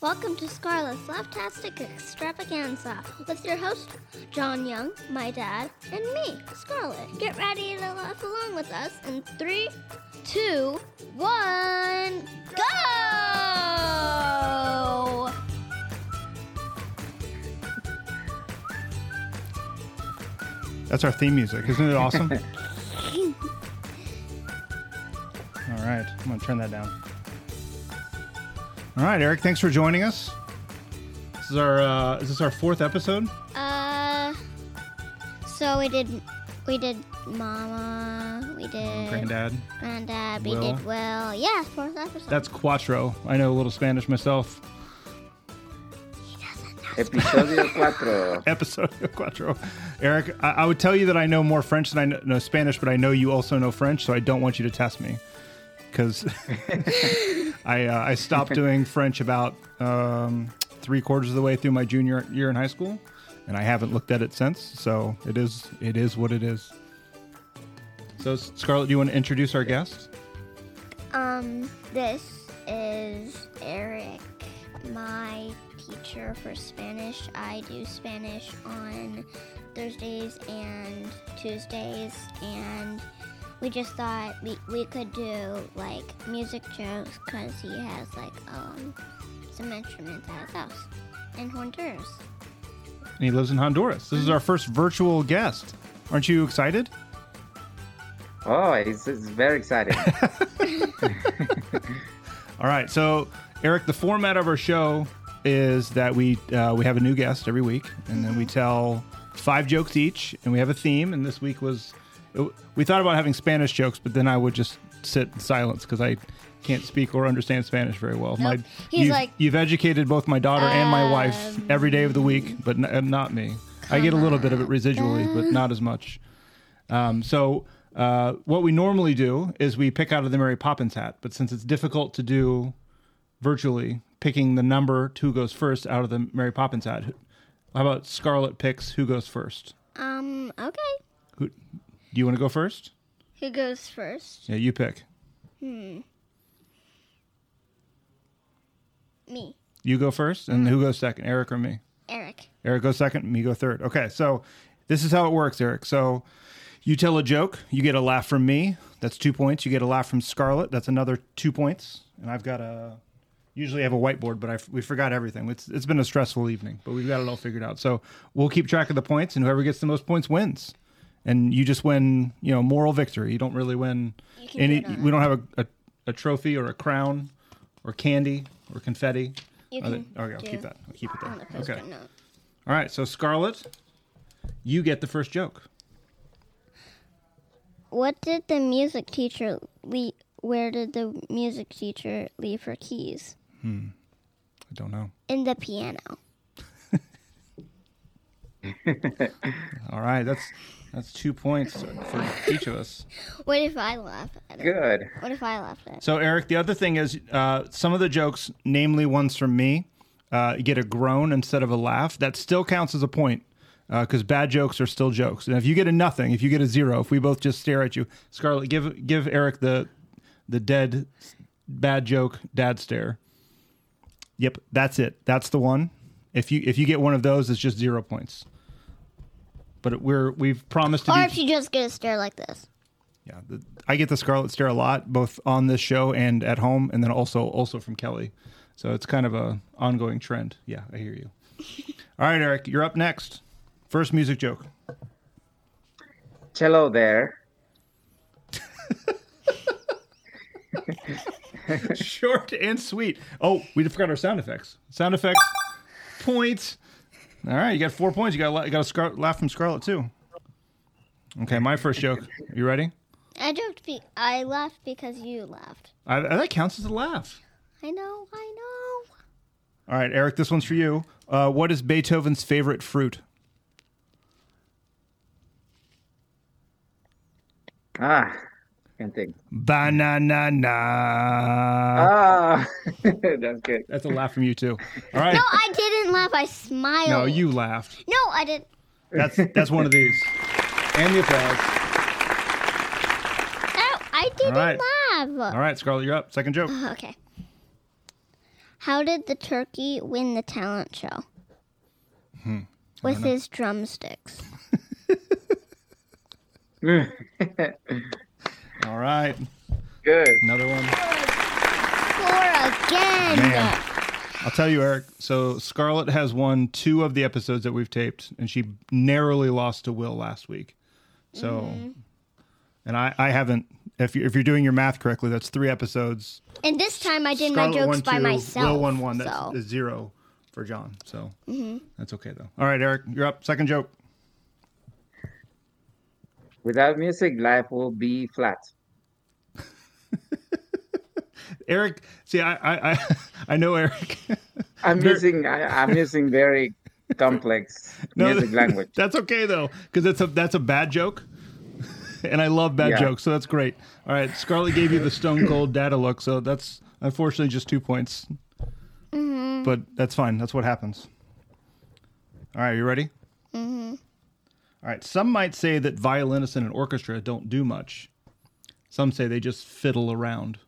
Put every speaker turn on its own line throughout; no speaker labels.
Welcome to Scarlet's Laughtastic Extravaganza with your host, John Young, my dad, and me, Scarlet. Get ready to laugh along with us in three, two, one, go!
That's our theme music. Isn't it awesome? All right. I'm going to turn that down. All right, Eric, thanks for joining us. This is our uh, is this our fourth episode?
Uh, so we did, we did Mama, we did
Granddad.
Granddad, we
Will.
did Will. Yeah, fourth episode.
That's Cuatro. I know a little Spanish myself.
Episodio 4.
Episode Cuatro. Eric, I, I would tell you that I know more French than I know, know Spanish, but I know you also know French, so I don't want you to test me because I uh, I stopped doing French about um, three quarters of the way through my junior year in high school, and I haven't looked at it since. So it is it is what it is. So Scarlett, do you want to introduce our guest?
Um, this is Eric, my teacher for Spanish. I do Spanish on Thursdays and Tuesdays, and we just thought we, we could do like music jokes because he has like um some instruments at his house in Honduras.
And he lives in Honduras. This is our first virtual guest. Aren't you excited?
Oh, it's, it's very exciting.
All right. So, Eric, the format of our show is that we uh, we have a new guest every week, and then we
Mm-hmm.
tell five jokes each, and we have a theme. And this week was we thought about having Spanish jokes, but then I would just sit in silence because I can't speak or understand Spanish very well. My,
He's
you've,
like-
you've educated both my daughter and my wife every day of the week, but n- uh, not me. I get a little bit of it residually, but not as much. Um, so uh, what we normally do is we pick out of the Mary Poppins hat, but since it's difficult to do virtually, picking the number to who goes first out of the Mary Poppins hat. How about Scarlet picks who goes first?
Um, okay.
Who, do you want to go first?
Who goes first?
Yeah, you pick.
Me,
You go first, and who goes second? Eric or me?
Eric.
Eric goes second, me go third. Okay, so this is how it works, Eric. So you tell a joke, you get a laugh from me. That's two points. You get a laugh from Scarlett. That's another two points. And I've got a usually I have a whiteboard, but I f we forgot everything. It's it's been a stressful evening, but we've got it all figured out. So we'll keep track of the points, and whoever gets the most points wins. And you just win, you know, moral victory. You don't really win
can
any.
vote on
We don't have a, a a trophy or a crown or candy or confetti.
You
Oh,
can.
they- okay, I'll
do
keep that. I'll keep it
On the
there.
post-it
Okay.
note.
All right, so Scarlett, you get the first joke.
What did the music teacher leave? Where did the music teacher leave her keys?
I don't know.
In the piano.
All right, that's that's two points for each of us.
What if I laugh at it?
Good.
What if I laugh at it?
So Eric, the other thing is uh, some of the jokes, namely ones from me, uh, you get a groan instead of a laugh. That still counts as a point because bad jokes are still jokes. And if you get a nothing, if you get a zero, if we both just stare at you, Scarlett, give give Eric the the dead bad joke dad stare. Yep, that's it. That's the one. If you if you get one of those, it's just zero points. But we're we've promised to
Or
be
if you just get a stare like this.
yeah, the, I get the Scarlet Stare a lot, both on this show and at home, and then also also from Kelly. So it's kind of a ongoing trend. Yeah, I hear you. All right, Eric, you're up next. First music joke.
Hello there.
Short and sweet. Oh, we forgot our sound effects. Sound effects. points. All right, you got four points. You got a, la- you got a scar- laugh from Scarlet too. Okay, my first joke. You ready?
I joked. Be- I laughed because you laughed.
I, I- that counts as a laugh.
I know. I know.
All right, Eric, this one's for you. Uh, what is Beethoven's favorite fruit?
Ah, can't think.
Banana.
Ah, that's good.
That's a laugh from you too. All right.
No, I didn't laugh. I smiled.
No, you laughed.
No, I didn't.
That's that's one of these. And the applause.
No, I didn't
right.
laugh.
All right, Scarlett, you're up. Second joke.
Okay. Uh, How did the turkey win the talent show?
Hmm.
With his drumsticks.
All right.
Good.
Another one.
Score again.
Man. I'll tell you, Eric. So Scarlett has won two of the episodes that we've taped, and she narrowly lost to Will last week. So,
Mm-hmm.
and I, I haven't. If you if you're doing your math correctly, that's three episodes.
And this time I did my
Scarlett
jokes
won
by
two,
myself.
Will won one. That's
so. Mm-hmm.
is zero for John. So that's okay though. All right, Eric, you're up. Second joke.
Without music, life will be flat.
Eric, see, I I I, I know Eric.
I'm using I, I'm using very complex music
that-
language.
That's okay though, because that's a that's a bad joke, and I love bad
Yeah.
jokes, so that's great. All right, Scarlett gave you the stone cold data look, so that's unfortunately just two points, but that's fine. That's what happens. All right, you ready? Mm-hmm. right. Some might say that violinists in an orchestra don't do much. Some say they just fiddle around.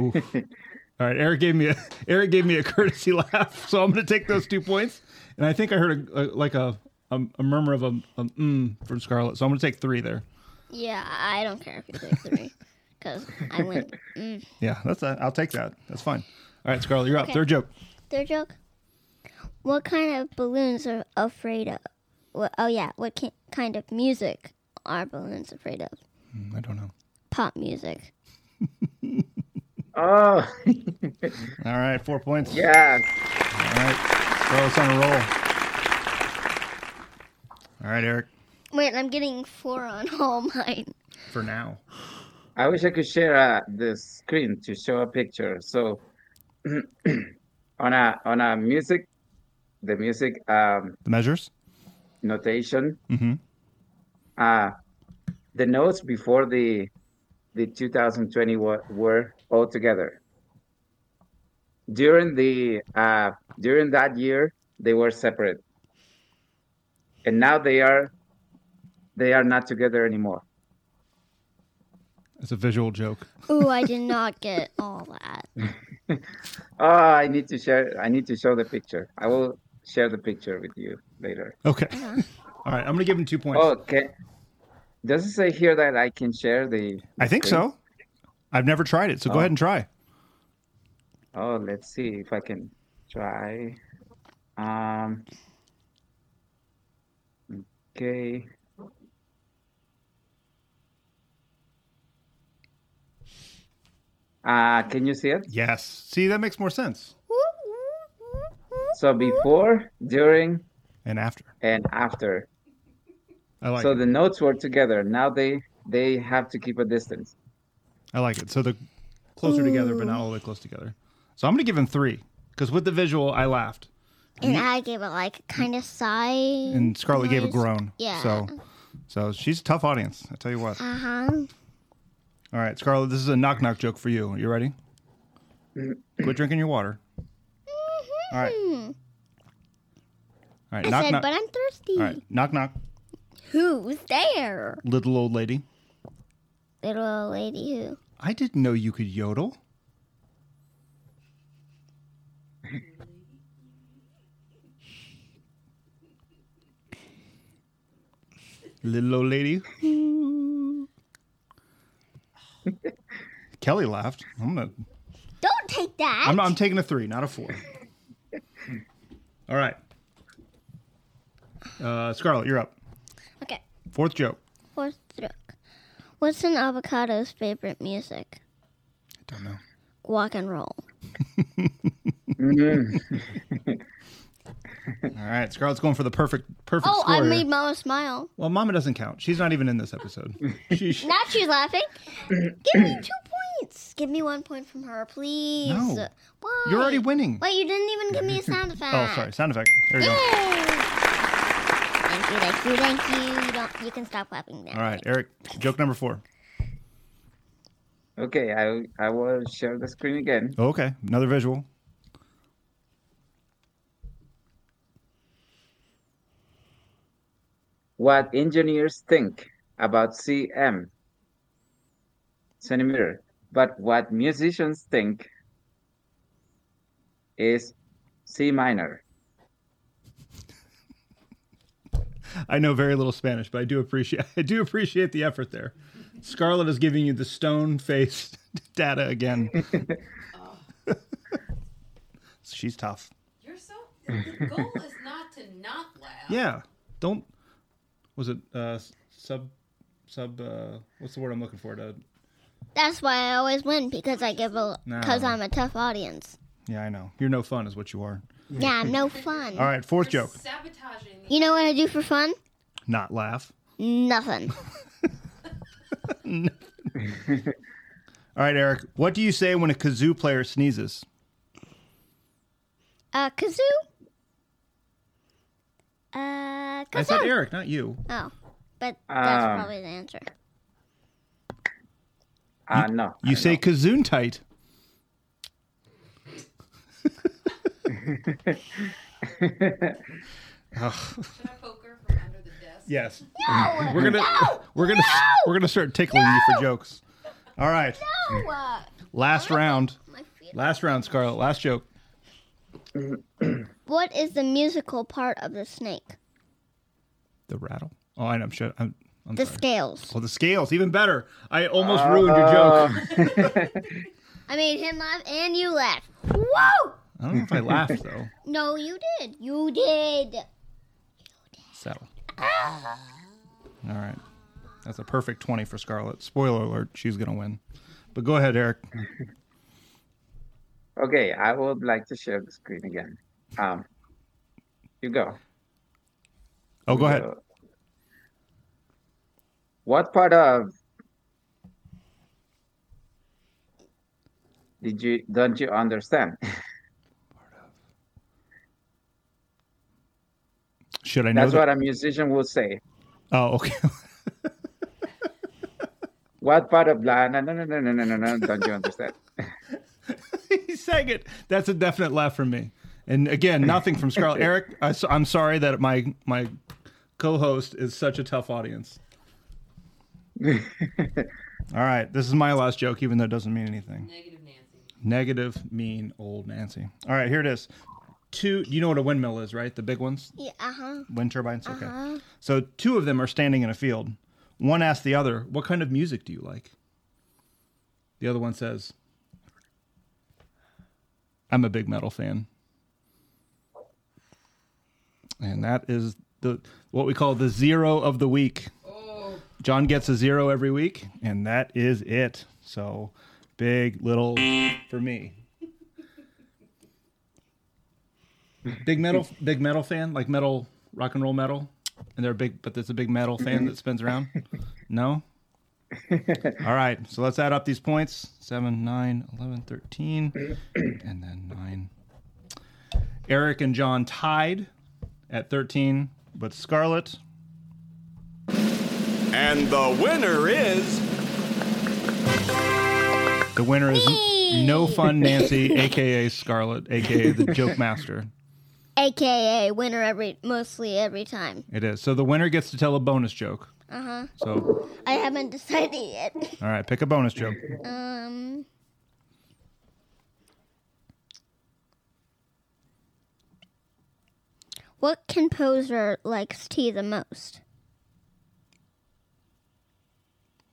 Oof. All right, Eric gave me a Eric gave me a courtesy laugh, so I'm going to take those two points. And I think I heard a, a, like a, a a murmur of a, a mm from Scarlett, so I'm going to take three there.
Yeah, I don't care if you take three. Because I win.
Yeah, that's a, I'll take that. That's fine. All right, Scarlett, you're up.
Okay.
Third joke.
Third joke. What kind of balloons are afraid of? What, oh, yeah. What ki kind of music are balloons afraid of?
Mm, I don't know.
Pop music.
Oh
All right, four points.
yeah.
All right, Scarlett's on a roll. All right, Eric.
Wait, I'm getting four on all mine.
For now.
I wish I could share uh, the screen to show a picture. So on a on a music the music um,
The measures.
notation
Mm-hmm.
uh, the notes before the the 2020 were, were all together. During the uh, during that year, they were separate, and now they are they are not together anymore.
It's a visual joke.
Ooh, I did not get all that.
Oh, I need to share. I need to show the picture. I will share the picture with you later.
Okay. All right, I'm going to give him two points.
Okay. Does it say here that I can share the?
I think so. I've never tried it, so go
Oh.
ahead and try.
Oh, let's see if I can try. Um, okay. Uh, can you see it?
Yes. See, that makes more sense.
So before, during,
And after.
and after.
I like
so
it.
the notes were together. Now they they have to keep a distance.
I like it. So the closer together, but not all the way close together. So I'm gonna give him three because with the visual, I laughed,
And I gave it like kind of sigh.
and Scarlett gave a
Nice.
groan.
Yeah.
So, so she's a tough audience. I tell you what.
Uh huh.
All right, Scarlett, this is a knock knock joke for you. You ready? Quit drinking your water. All right.
Mm-hmm.
All right.
I
knock
said,
knock.
but I'm thirsty.
all right. Knock knock.
Who's there?
Little old lady.
Little old lady who?
I didn't know you could yodel. Little old lady. Kelly laughed. I'm gonna.
Don't take that.
I'm, I'm taking a three, not a four. All right. Uh, Scarlett, you're up.
okay.
Fourth joke.
Fourth joke. What's an avocado's favorite music?
I don't know.
Walk and roll.
All right, Scarlett's going for the perfect, perfect
Oh,
score.
I
here.
made Mama smile.
Well, Mama doesn't count. She's not even in this episode. She, she-
Now she's laughing. Give me two points. Give me one point from her, please.
No.
Why?
you're already winning.
Wait, you didn't even give me a sound effect.
Oh, sorry. Sound effect. There you
Yay!
go.
Thank you, thank you, thank you. You don't. You can stop clapping now.
All right, Eric. Joke number four.
Okay, I I will share the screen again.
Oh, okay, another visual.
What engineers think about cm centimeter But what musicians think is C minor.
I know very little Spanish, but I do appreciate I do appreciate the effort there. Scarlett is giving you the stone face data again. She's tough.
You're so. The goal is not to not laugh.
Yeah. Don't was it uh sub sub uh what's the word I'm looking for? To,
That's why I always win because I give a
No.
because I'm a tough audience.
yeah, I know. You're no fun is what you are.
Yeah, I'm no fun.
All right, fourth joke.
Sabotaging.
You know what I do for fun?
Not laugh.
Nothing.
All right, Eric. What do you say when a kazoo player sneezes?
Uh, kazoo. Uh,
I said
kazoo.
Eric, not you.
Oh, but that's
Um,
probably the answer.
Uh, no.
You
I
say
know.
kazoon tight.
Should I poke her from under the desk?
Yes.
No,
We're gonna we're gonna we're gonna start tickling you for jokes. All right.
no. uh,
Last round.
my feet.
Last round, Scarlett. Last joke.
What is the musical part of the snake?
The rattle. Oh, I know. I'm sure. I'm, I'm
The
sorry.
scales.
Well, the Uh, scales, even better. I almost ruined your joke.
I made him laugh and you laugh. Whoa!
I don't know if I laughed though.
No, you did. You did.
Settle. All right. That's a perfect 20 for Scarlett. Spoiler alert, she's going to win. But go ahead, Eric.
Okay, I would like to share the screen again. Um, you go.
Oh, go ahead.
Uh, What part of did you don't you understand?
Should I know
That's
that?
what a musician would say.
Oh, okay.
What part of blah no no no no no no no, no don't you understand?
he sang it. That's a definite laugh from me. And again, nothing from Scarlett. Eric, I, am sorry that my my co-host is such a tough audience. All right, this is my last joke, even though it doesn't mean anything.
Negative Nancy.
Negative, mean, old Nancy. All right, here it is. Two. You know what a windmill is, right? The big ones,
Yeah, uh huh.
wind turbines. Okay. So two of them are standing in a field. One asks the other, "What kind of music do you like?" The other one says, "I'm a big metal fan." And that is the what we call the zero of the week.
Oh,
John gets a zero every week, and that is it. So big little for me. Big metal, big metal fan, like metal rock and roll metal, and they're big, but there's a big metal fan that spins around. No. All right, so let's add up these points: seven, nine, eleven, thirteen, and then nine. Eric and John tied at thirteen, but Scarlett
And the winner is
The winner is
Me.
No Fun Nancy, aka Scarlet, aka the Joke Master.
AKA winner every mostly every time.
It is. So the winner gets to tell a bonus joke.
Uh huh.
So,
I haven't decided yet.
all right, pick a bonus joke.
Um. What composer likes tea the most?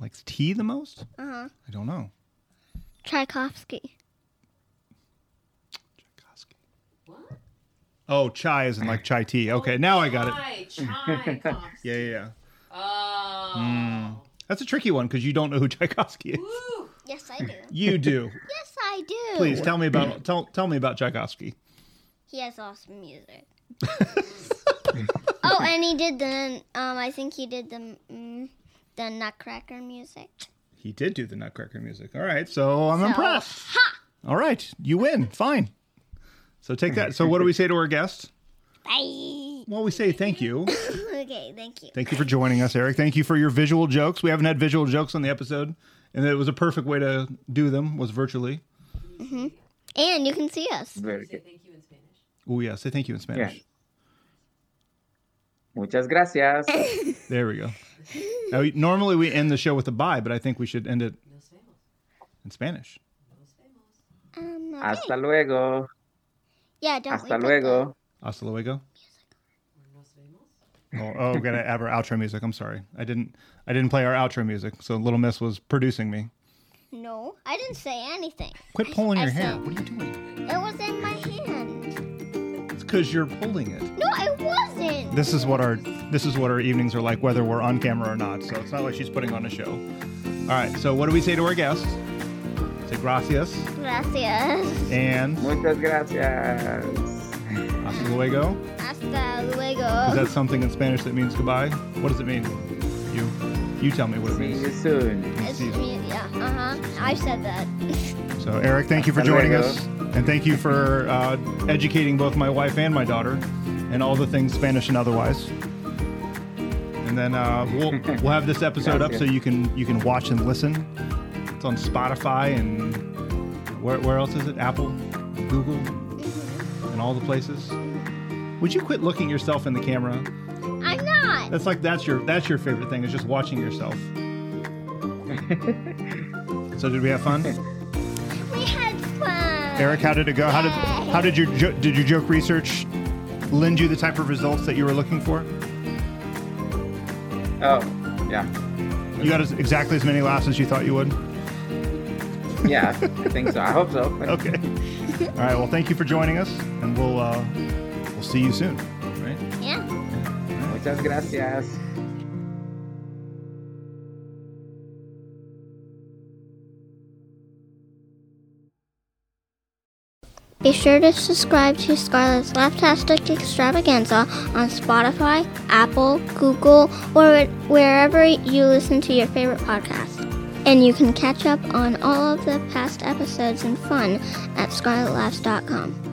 Likes tea the most?
Uh huh.
I don't know.
Tchaikovsky.
Tchaikovsky.
what?
Oh, chai isn't like chai tea. Okay, now I got it.
Chai, chai cough.
Yeah, Mm. yeah, yeah.
Oh.
That's a tricky one because you don't know who Tchaikovsky is.
Woo.
Yes, I do.
You do.
yes, I do.
Please tell me about tell tell me about Tchaikovsky.
He has awesome music. oh, and he did the. Um, I think he did the mm, the Nutcracker music.
He did do the Nutcracker music. All right, so I'm
So,
impressed. All right, you win. Fine. So take that. So what do we say to our guest?
Bye.
Well, we say thank you.
okay, thank you.
Thank you for joining us, Eric. Thank you for your visual jokes. We haven't had visual jokes on the episode, and it was a perfect way to do them was virtually.
And you can see us.
Very
Say
good.
thank you in Spanish.
Oh yeah, say thank you in Spanish.
Muchas gracias.
There we go. Now, we- normally we end the show with a bye, but I think we should end it.
No Spanish.
in Spanish.
Um, okay.
Hasta luego.
yeah, don't we
Hasta
put
luego.
Hasta luego.
Nos vemos.
Oh, oh, we gotta have our outro music. I'm sorry, I didn't. I didn't play our outro music, so Little Miss was producing me.
the- No, I didn't say anything.
Quit pulling
I
your hair.
said-
What are you doing?
It was in my hand.
It's because you're pulling it.
No, it wasn't.
This is what our this is what our evenings are like, whether we're on camera or not. So it's not like she's putting on a show. All right. So what do we say to our guests? Say gracias
Gracias.
and
Muchas gracias.
hasta luego.
Hasta
Is
luego.
that something in Spanish that means goodbye? What does it mean? You you tell me what it
See you
means.
soon.
It's me. Yeah. Uh huh. I said that.
So Eric, thank you for
Hasta luego.
joining us, and thank you for uh, educating both my wife and my daughter, and all the things Spanish and otherwise. And then uh, we'll we'll have this episode up so you can you can watch and listen. It's on Spotify and where, where else is it? Apple, Google, and all the places. Would you quit looking yourself in the camera?
I'm not.
That's like that's your that's your favorite thing is just watching yourself. so did we have fun?
We had fun.
Eric, how did it go? How did how did your jo- did your joke research lend you the type of results that you were looking for?
Oh, yeah.
You got as, exactly as many laughs as you thought you would.
Yeah, I think so. I hope so.
Okay. All right. Well, thank you for joining us, and we'll uh, we'll see you soon. Right.
Yeah.
Muchas gracias.
Be sure to subscribe to Scarlett's Laptastic Extravaganza on Spotify, Apple, Google, or wherever you listen to your favorite podcast. And you can catch up on all of the past episodes and fun at scarlettlaughs.com.